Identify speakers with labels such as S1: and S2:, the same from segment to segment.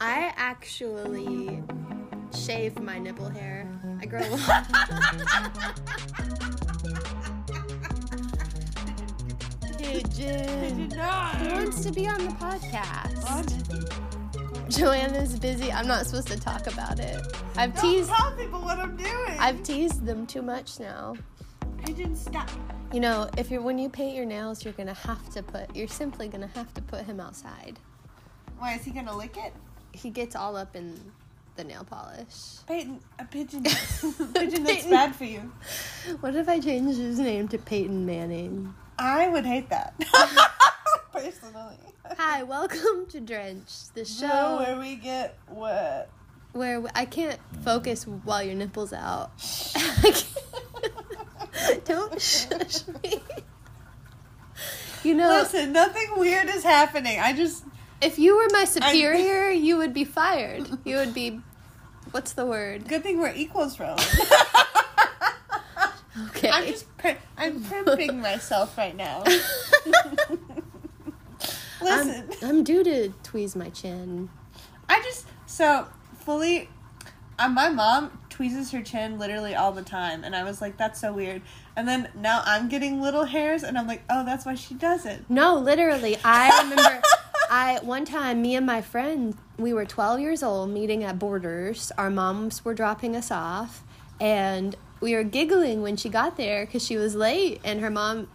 S1: I actually shave my nipple hair. I grow long.
S2: Pigeon.
S1: Who
S2: not.
S1: wants to be on the podcast? Joanna's busy. I'm not supposed to talk about it. I've
S2: Don't
S1: teased.
S2: tell people what I'm doing.
S1: I've teased them too much now.
S2: Pigeon, stop.
S1: You know, if you're when you paint your nails, you're gonna have to put. You're simply gonna have to put him outside.
S2: Why is he gonna lick it?
S1: He gets all up in the nail polish.
S2: Peyton, a pigeon. pigeon that's
S1: Peyton.
S2: bad for you.
S1: What if I changed his name to Peyton Manning?
S2: I would hate that. Personally.
S1: Hi, welcome to Drench, the
S2: So
S1: show
S2: where we get what?
S1: where I can't focus while your nipples out. I can't- Don't shush me. You know,
S2: Listen, nothing weird is happening. I just
S1: if you were my superior, you would be fired. You would be, what's the word?
S2: good thing we're equals, bro.
S1: Okay.
S2: I'm just pri- I'm primping myself right now. Listen,
S1: I'm, I'm due to tweeze my chin.
S2: I just so fully. Uh, my mom tweezes her chin literally all the time, and I was like, "That's so weird." And then now I'm getting little hairs, and I'm like, "Oh, that's why she does it."
S1: No, literally, I remember. I one time, me and my friend, we were 12 years old, meeting at Borders. Our moms were dropping us off, and we were giggling when she got there because she was late, and her mom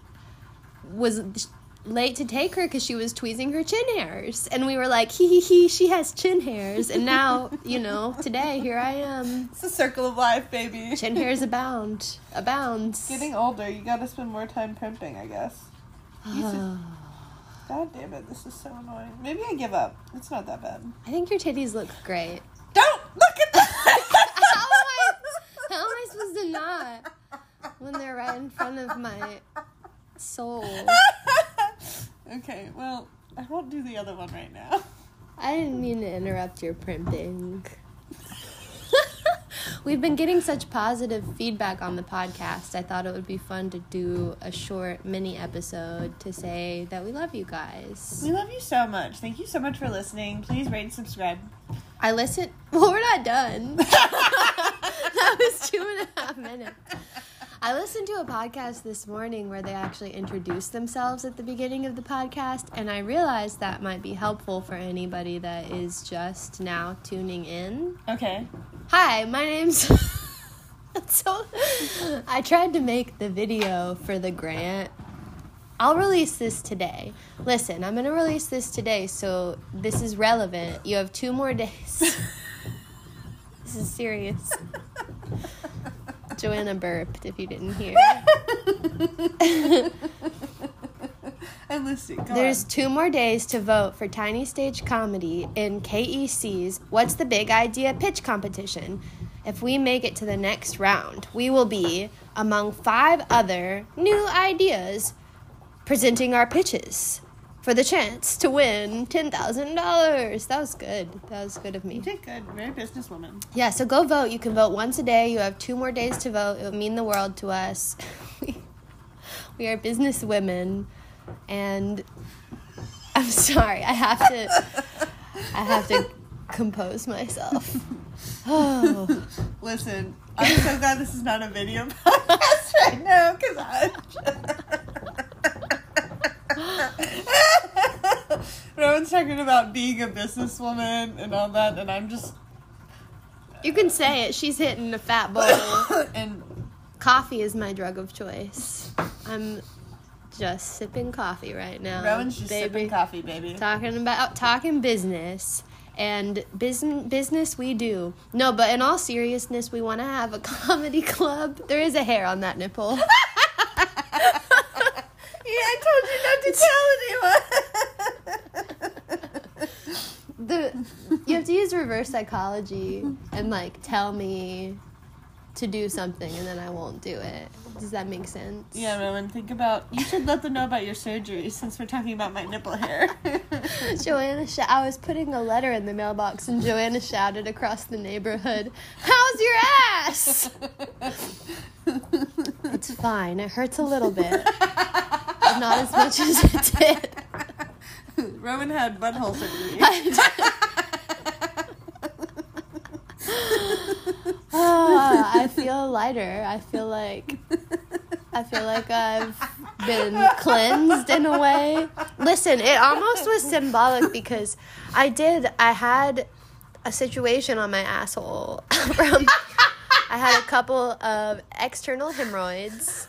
S1: was late to take her because she was tweezing her chin hairs, and we were like, hee hee hee, she has chin hairs, and now you know, today here I am,
S2: It's the circle of life, baby.
S1: chin hairs abound, abounds.
S2: Getting older, you gotta spend more time primping, I guess. You should- God damn it, this is so annoying. Maybe I give up. It's not that bad.
S1: I think your titties look great.
S2: Don't look at that!
S1: how, am I, how am I supposed to not when they're right in front of my soul?
S2: okay, well, I won't do the other one right now.
S1: I didn't mean to interrupt your primping. We've been getting such positive feedback on the podcast. I thought it would be fun to do a short mini episode to say that we love you guys.
S2: We love you so much. Thank you so much for listening. Please rate and subscribe.
S1: I listened. Well, we're not done. that was two and a half minutes. I listened to a podcast this morning where they actually introduced themselves at the beginning of the podcast, and I realized that might be helpful for anybody that is just now tuning in.
S2: Okay.
S1: Hi, my name's. so, I tried to make the video for the grant. I'll release this today. Listen, I'm gonna release this today, so this is relevant. You have two more days. this is serious. Joanna burped if you didn't hear.
S2: I'm listening. Go
S1: There's two more days to vote for Tiny Stage Comedy in KEC's What's the Big Idea pitch competition. If we make it to the next round, we will be among five other new ideas presenting our pitches for the chance to win $10,000. That was good. That was good of me.
S2: on. You did good. Very businesswoman.
S1: Yeah, so go vote. You can vote once a day. You have two more days to vote. It would mean the world to us. we, we are business women, and I'm sorry. I have to. I have to compose myself. Oh,
S2: Listen, I'm so glad this is not a video podcast right now because I'm. Rowan's talking about being a businesswoman and all that, and I'm just
S1: you can say it. She's hitting a fat bowl.
S2: and
S1: Coffee is my drug of choice. I'm just sipping coffee right now.
S2: Rowan's just sipping coffee, baby.
S1: talking about talking business and business business we do no but in all seriousness we want to have a comedy club there is a hair on that nipple
S2: Yeah, I told you not to tell anyone.
S1: the you have to use reverse psychology and like tell me to do something and then i won't do it does that make sense
S2: yeah, Rowan, think about. You should let them know about your surgery since we're talking about my nipple hair.
S1: Joanna, sh- I was putting a letter in the mailbox, and Joanna shouted across the neighborhood, "How's your ass?" It's fine. It hurts a little bit, but not as much as it did.
S2: Rowan had butthole surgery.
S1: I feel lighter. I feel like I feel like I've been cleansed in a way. Listen, it almost was symbolic because I did I had a situation on my asshole from I had a couple of external hemorrhoids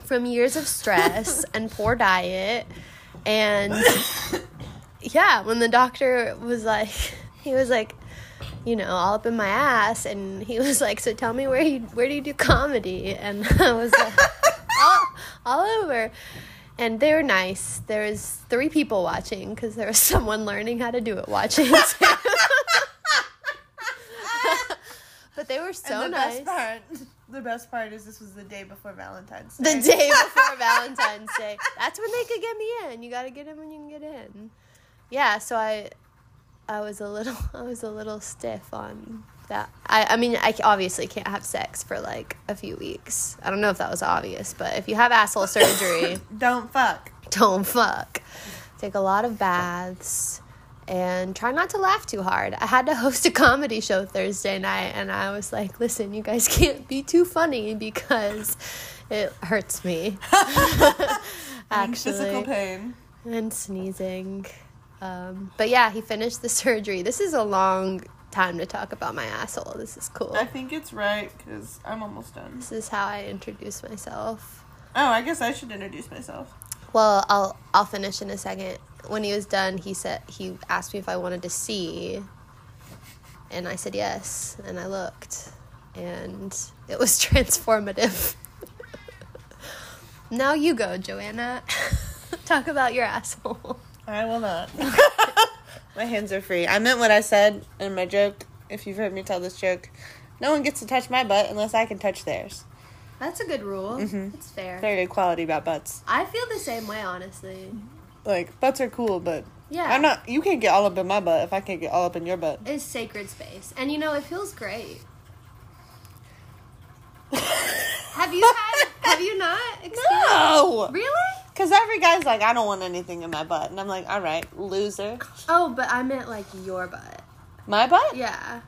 S1: from years of stress and poor diet and yeah, when the doctor was like he was like you know, all up in my ass, and he was like, "So tell me where you where do you do comedy?" And I was like, all,
S2: Oh,
S1: all over. And they were nice. There was three people watching because there was someone learning how to do it watching. too. but they were so
S2: the
S1: nice.
S2: best part, the best part is this was the day before Valentine's
S1: The
S2: Day.
S1: day before Valentine's Day. That's when they could get me in. You gotta get in when you can get in. Yeah, so I I was a little I was a little stiff on that. I, I mean I ca- obviously can't have sex for like a few weeks. I don't know if that was obvious, but if you have asshole surgery,
S2: Don't fuck.
S1: don't fuck. Take a lot of baths and try not to laugh too hard. I had to host a comedy show Thursday night and I was like, listen, you guys can't be too funny because it hurts me.
S2: And physical
S1: Actually,
S2: pain.
S1: and sneezing. Um, but yeah, he finished the surgery. This is a long time to talk about my asshole. This is cool.
S2: I think it's right because I'm almost done.
S1: This is how I introduce myself.
S2: Oh, I guess I should introduce myself.
S1: Well, I'll I'll finish in a second. When he was done, he said he asked me if I wanted to see, and I said yes, and I looked, and it was transformative. now you go, Joanna. Talk about your asshole.
S2: I will not. my hands are free. I meant what I said in my joke. If you've heard me tell this joke, no one gets to touch my butt unless I can touch theirs.
S1: That's a good rule. It's fair.
S2: Very good quality about butts.
S1: I feel the same way, honestly.
S2: Like butts are cool, but
S1: Yeah,
S2: I'm not. You can't get all up in my butt if I can't get all up in your butt.
S1: It's sacred space, and you know it feels great. Have you had? have you not? Experienced?
S2: No,
S1: Really?
S2: because every guy's like, I don't want anything in my butt, and I'm like, all right, loser.
S1: Oh, but I meant like your butt.
S2: My butt.
S1: Yeah.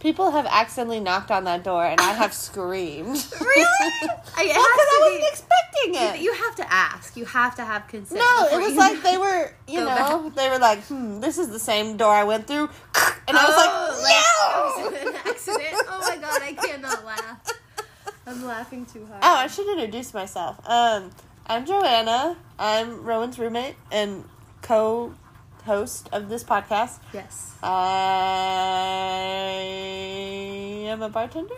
S2: People have accidentally knocked on that door, and I have screamed.
S1: I, it
S2: Well, 'cause I wasn't
S1: has to
S2: expecting
S1: be.
S2: it.
S1: You have to ask. You have to have consent.
S2: No, it
S1: before
S2: was
S1: you-
S2: like they were, you
S1: Go
S2: know, they were like, hmm, this is the same door I went through. And I was
S1: Oh,
S2: like,
S1: like,
S2: no!
S1: it was an accident. Oh my god, I cannot laugh. I'm laughing too hard.
S2: Oh, I should introduce myself. Um, I'm Joanna. I'm Rowan's roommate and co host of this podcast.
S1: yes.
S2: I am a bartender.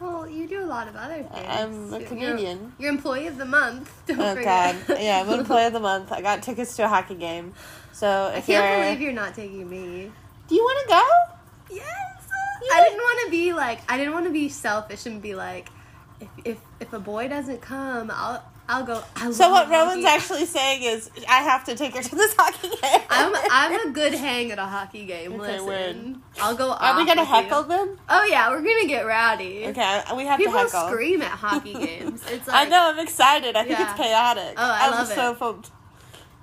S1: Well, you do a lot of other things.
S2: I'm a
S1: You're-
S2: comedian.
S1: You're employee of the month. Don't
S2: Oh, God.
S1: forget.
S2: Yeah, I'm employee of the month. I got tickets to a hockey game. So
S1: I
S2: if
S1: can't
S2: you're.
S1: believe you're not taking me.
S2: Do you want to go?
S1: Yes.
S2: You
S1: I
S2: did-
S1: didn't want to be like I didn't want to be selfish and be like if if, if a boy doesn't come, I'll I'll go. I
S2: So what
S1: love
S2: Rowan's
S1: hockey.
S2: actually saying is, I have to take her to this hockey game.
S1: I'm I'm a good hang at a hockey game.
S2: Okay,
S1: Listen,
S2: word.
S1: I'll go.
S2: Are we
S1: off
S2: gonna
S1: with you.
S2: heckle them?
S1: Oh yeah, we're gonna get rowdy.
S2: Okay, we have
S1: People
S2: to heckle.
S1: scream at hockey games. It's
S2: I
S1: like
S2: know. I'm excited. I think
S1: Yeah.
S2: it's chaotic.
S1: Oh, I
S2: I'm
S1: love
S2: so
S1: it.
S2: pumped.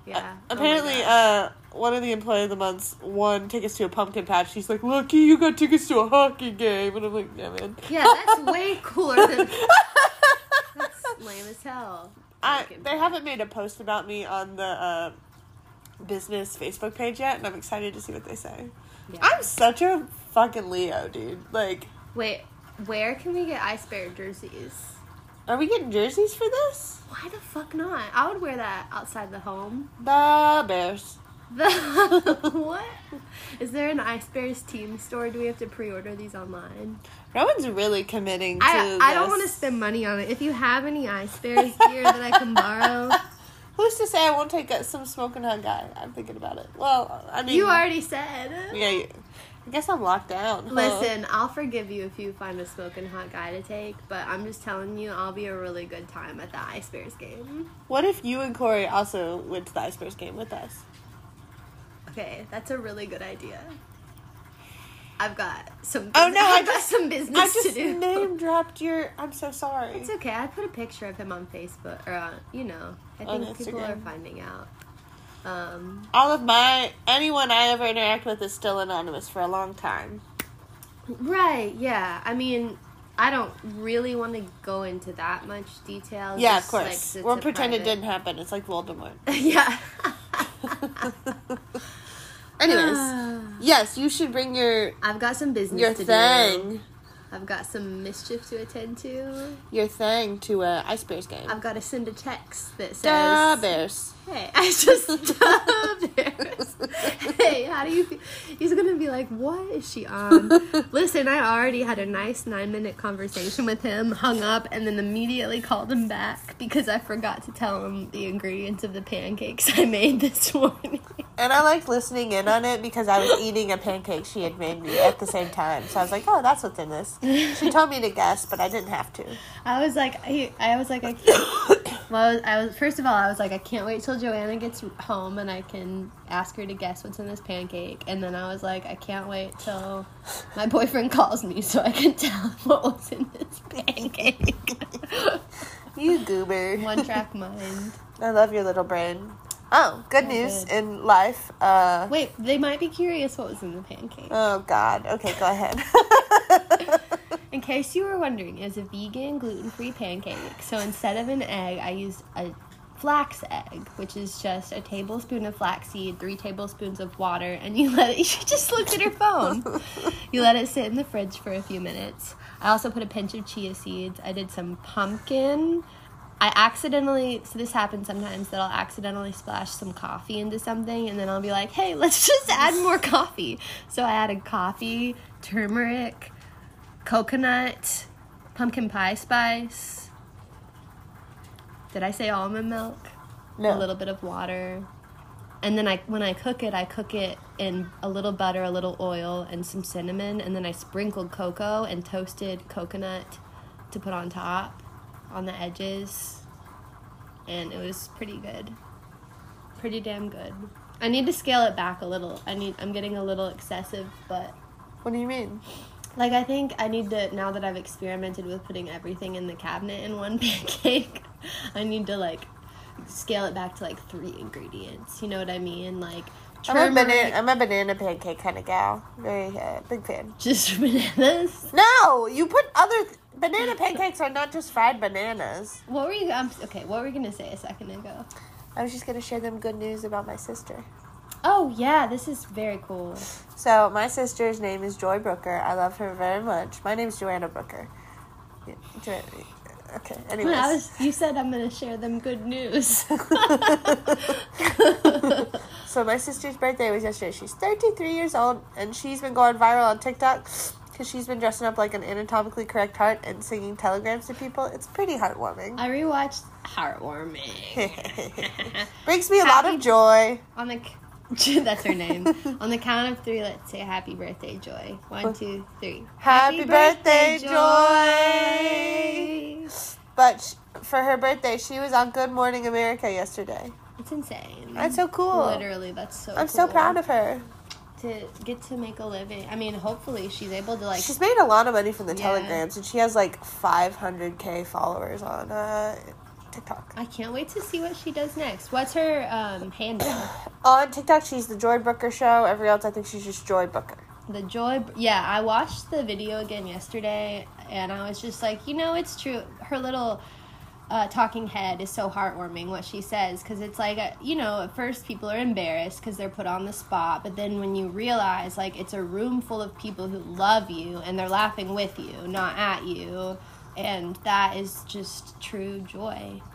S1: Yeah. oh my
S2: Apparently,
S1: God.
S2: uh, one of the employee of the months won tickets to a pumpkin patch. She's like, "Lucky, you got tickets to a hockey game," and I'm like, "Yeah, man."
S1: yeah, that's way cooler than that's lame as hell.
S2: I,
S1: Fucking-
S2: they haven't made a post about me on the uh, business Facebook page yet, and I'm excited to see what they say.
S1: Yeah.
S2: I'm such a fucking Leo, dude. Like,
S1: Wait, where can we get ice bear jerseys?
S2: are we getting jerseys for this?
S1: Why the fuck not? I would wear that outside the home.
S2: The Bears.
S1: The what? Is there an Ice Bears team store? Do we have to pre-order these online?
S2: Rowan's really committing to
S1: I, I don't
S2: this.
S1: want to spend money on it. If you have any Ice Bears gear that I can borrow,
S2: Who's to say I won't take a, some smoke and hug guy? I'm thinking about it. Well, I mean,
S1: you already said.
S2: Yeah, you- I guess I'm locked down. huh?
S1: Listen, I'll forgive you if you find a smoking hot guy to take, but I'm just telling you, I'll be a really good time at the Ice Bears game.
S2: what if you and Corey also went to the Ice Bears game with us?
S1: Okay, that's a really good idea. I've got some.
S2: Oh, no, I
S1: I've got
S2: just-
S1: some business
S2: I just
S1: to do.
S2: name dropped your. I'm so sorry.
S1: It's okay. I put a picture of him on Facebook or on, you know, I
S2: On
S1: think people are
S2: Instagram.
S1: finding out. Um,
S2: All of my anyone I ever interact with is still anonymous for a long time.
S1: right? Yeah. I mean, I don't really want to go into that much detail.
S2: Yeah, of
S1: just, like,
S2: course.
S1: 'cause it's
S2: we'll
S1: a
S2: pretend it
S1: private-
S2: didn't happen. It's like Voldemort.
S1: yeah.
S2: Anyways, yes, you should bring your
S1: I've got some business
S2: your
S1: to do.
S2: thing,
S1: I've got some mischief to attend to.
S2: your thing to a Ice Bears game.
S1: I've got to send a text that
S2: Da
S1: says,
S2: Bears.
S1: "Hey, I just Bears. hey, how do you feel?" He's gonna be like, "What is she on?" Listen, I already had a nice nine-minute conversation with him, hung up, and then immediately called him back because I forgot to tell him the ingredients of the pancakes I made this morning.
S2: And I liked listening in on it because I was eating a pancake she had made me at the same time. So I was like, oh, that's what's in this. She told me to guess, but I didn't have to.
S1: I was like, I, I was like, I can't. Well, I was first of all, I was like, I can't wait till Joanna gets home and I can ask her to guess what's in this pancake. And then I was like, I can't wait till my boyfriend calls me so I can tell him what was in this pancake.
S2: You goober.
S1: One track mind.
S2: I love your little brain. Oh, good news
S1: good.
S2: in life. Uh,
S1: Wait, they might be curious what was in the pancake.
S2: oh, God. Okay, go ahead.
S1: In case you were wondering, it was a vegan, gluten free pancake. So instead of an egg, I used a flax egg, which is just a tablespoon of flaxseed, three tablespoons of water, and you let it, she just looked at her phone. you let it sit in the fridge for a few minutes. I also put a pinch of chia seeds. I did some pumpkin. I accidentally, so this happens sometimes that I'll accidentally splash some coffee into something and then I'll be like, hey, let's just add more coffee. So I added coffee, turmeric, coconut, pumpkin pie spice. Did I say almond milk?
S2: No.
S1: A little bit of water. And then I when I cook it, I cook it in a little butter, a little oil, and some cinnamon, and then I sprinkled cocoa and toasted coconut to put on top, on the edges. And it was pretty good. Pretty damn good. I need to scale it back a little. I need I'm getting a little excessive, but
S2: What do you mean?
S1: like I think I need to now that I've experimented with putting everything in the cabinet in one pancake, I need to like scale it back to like three ingredients. You know what I mean? Like
S2: I'm a,
S1: turmeric,
S2: banana, I'm a banana pancake kind of gal. Very uh, big fan.
S1: just bananas.
S2: No, you put other banana pancakes are not just fried bananas.
S1: What were you? Um, okay, what were you gonna say a second ago?
S2: I was just gonna share them good news about my sister.
S1: Oh yeah, this is very cool.
S2: So my sister's name is Joy Brooker. I love her very much. My name's Joanna Brooker. Yeah, Jo- Okay. Anyways,
S1: I was, you said I'm gonna share them good news.
S2: so my sister's birthday was yesterday. She's 33 years old, and she's been going viral on TikTok because she's been dressing up like an anatomically correct heart and singing telegrams to people. It's pretty heartwarming.
S1: I rewatched Heartwarming.
S2: Brings me a lot
S1: Happy-
S2: of joy.
S1: On the c- that's her name. On the count of three, let's say happy birthday, Joy. One, two, three.
S2: Happy, birthday, Joy.
S1: Joy.
S2: But sh- for her birthday, she was on Good Morning America yesterday.
S1: It's insane.
S2: That's so cool.
S1: Literally, that's so.
S2: I'm so
S1: cool.
S2: proud of her.
S1: to get to make a living. I mean, hopefully, she's able to like.
S2: She's made a lot of money from the
S1: Yeah.
S2: telegrams, and she has like 500k followers on uh, TikTok.
S1: I can't wait to see what she does next. What's her um, handle?
S2: On TikTok, she's the Joy Brooker Show. Everywhere else, I think she's just Joy Brooker.
S1: The joy, yeah. I watched the video again yesterday, and I was just like, you know, it's true. Her little uh, talking head is so heartwarming what she says because it's like, uh you know, at first people are embarrassed because they're put on the spot, but then when you realize like it's a room full of people who love you and they're laughing with you, not at you, and that is just true joy.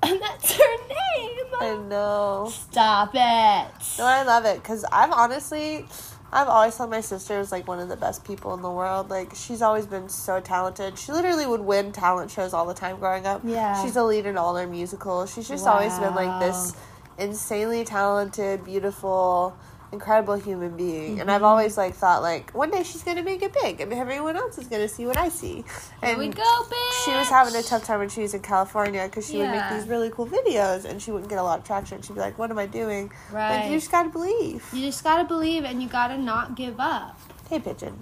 S1: And that's her
S2: I
S1: name.
S2: know.
S1: Stop
S2: No,
S1: it.
S2: I love it because I've honestly, I've always thought my sister was like one of the best people in the world. Like she's always been so talented. She literally would win talent shows all the time growing up.
S1: Yeah.
S2: she's a lead in all their musicals. She's just always been like this insanely talented, beautiful, incredible human being. And
S1: Mm-hmm.
S2: I've always like thought like one day she's gonna make it big, and everyone else is gonna see what I see.
S1: Here
S2: And
S1: we go, bitch.
S2: she was having a tough time when she was in California because she would make
S1: Yeah.
S2: these really cool videos and she wouldn't get a lot of traction. She'd be like, "What am I doing?" Like
S1: Right.
S2: you just gotta believe.
S1: You just gotta believe and you gotta not give up.
S2: Hey, pigeon.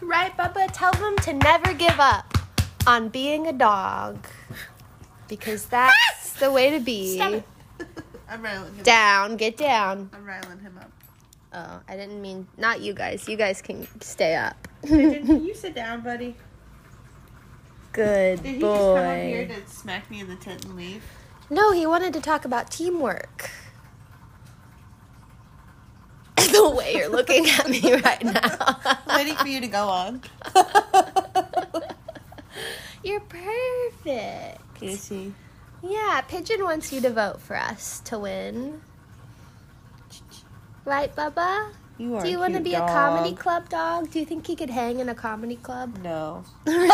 S1: Right, Bubba? Tell them to never give up on being a dog. Because that's the way to be.
S2: I'm riling him.
S1: Down, get down.
S2: I'm riling him up.
S1: Oh, I didn't mean, not you guys. You guys can stay up.
S2: Pigeon, can you sit down, buddy?
S1: Good
S2: Did he just come up here
S1: boy.
S2: to smack me in the tit and leave?
S1: No, he wanted to talk about teamwork. the way you're looking at me right now.
S2: Waiting for you to go on.
S1: you're perfect.
S2: Casey.
S1: Yeah, Pigeon wants you to vote for us to win. Right, Bubba?
S2: You are
S1: Do you
S2: want to
S1: be a comedy club dog? Do you think he could hang in a comedy club?
S2: No.
S1: really?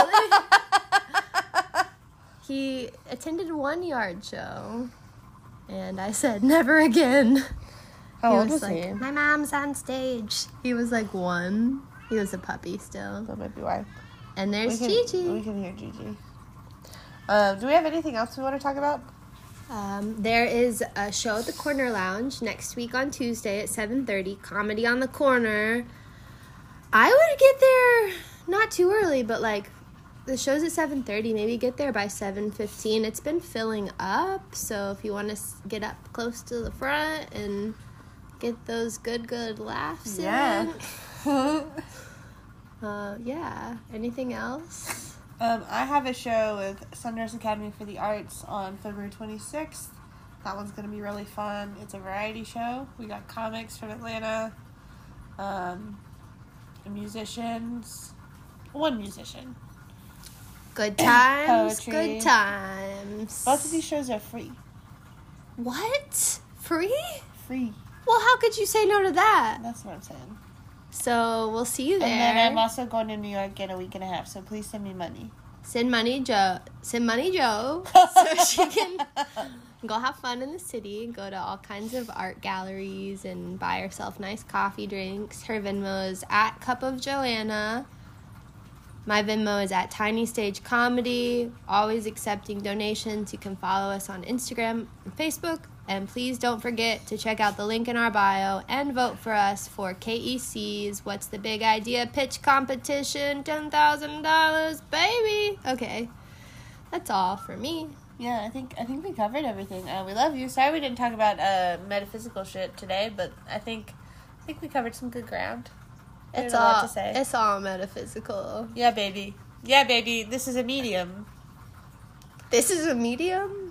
S1: he attended one yard show, and I said never again.
S2: How
S1: he
S2: old was
S1: like,
S2: he?
S1: My mom's on stage. He was like one. He was a puppy still.
S2: That might be why.
S1: And
S2: We
S1: there's
S2: can, We
S1: Gigi.
S2: can hear Gigi. Um, do we have anything else we want to talk about?
S1: Um, there is a show at the Corner Lounge next week on Tuesday at 7:30. Comedy on the Corner. I would get there not too early, but like the show's at 7:30. Maybe get there by 7:15. It's been filling up, so if you want to get up close to the front and get those good good laughs
S2: Yeah.
S1: in. Uh, yeah. Anything else?
S2: Um, I have a show with Sundress Academy for the Arts on February 26th. That one's going to be really fun. It's a variety show. We got comics from Atlanta, um, musicians, one musician.
S1: Good times.
S2: Poetry.
S1: Good times.
S2: Both of these shows are free.
S1: What? Free?
S2: Free.
S1: Well, how could you say no to that?
S2: That's what I'm saying.
S1: So we'll see you there.
S2: And then I'm also going to New York in a week and a half, so please send me money.
S1: send money, Joe. Send money, Joe, so she can go have fun in the city. Go to all kinds of art galleries and buy herself nice coffee drinks. Her Venmo is at Cup of Joanna. My Venmo is at Tiny Stage Comedy. Always accepting donations. You can follow us on Instagram and Facebook. And please don't forget to check out the link in our bio and vote for us for KEC's What's the Big Idea Pitch Competition $10,000, baby. Okay, that's all for me.
S2: Yeah, I think I think we covered everything. Uh, we love you. Sorry we didn't talk about uh, metaphysical shit today, but I think I think we covered some good ground. I
S1: It's
S2: don't know what
S1: all,
S2: to say.
S1: it's all metaphysical.
S2: Yeah, baby. Yeah, baby. This is a medium.
S1: This is a medium?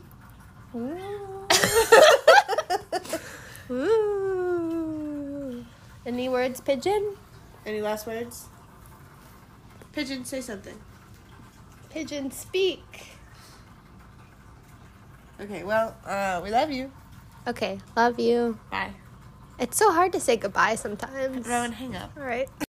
S1: Ooh. Any words, pigeon?
S2: Any last words? Pigeon, say something.
S1: Pigeon speak.
S2: Okay. Well, uh, we love you.
S1: Okay, love you.
S2: Bye.
S1: It's so hard to say goodbye sometimes.
S2: Rowan, hang up.
S1: All right.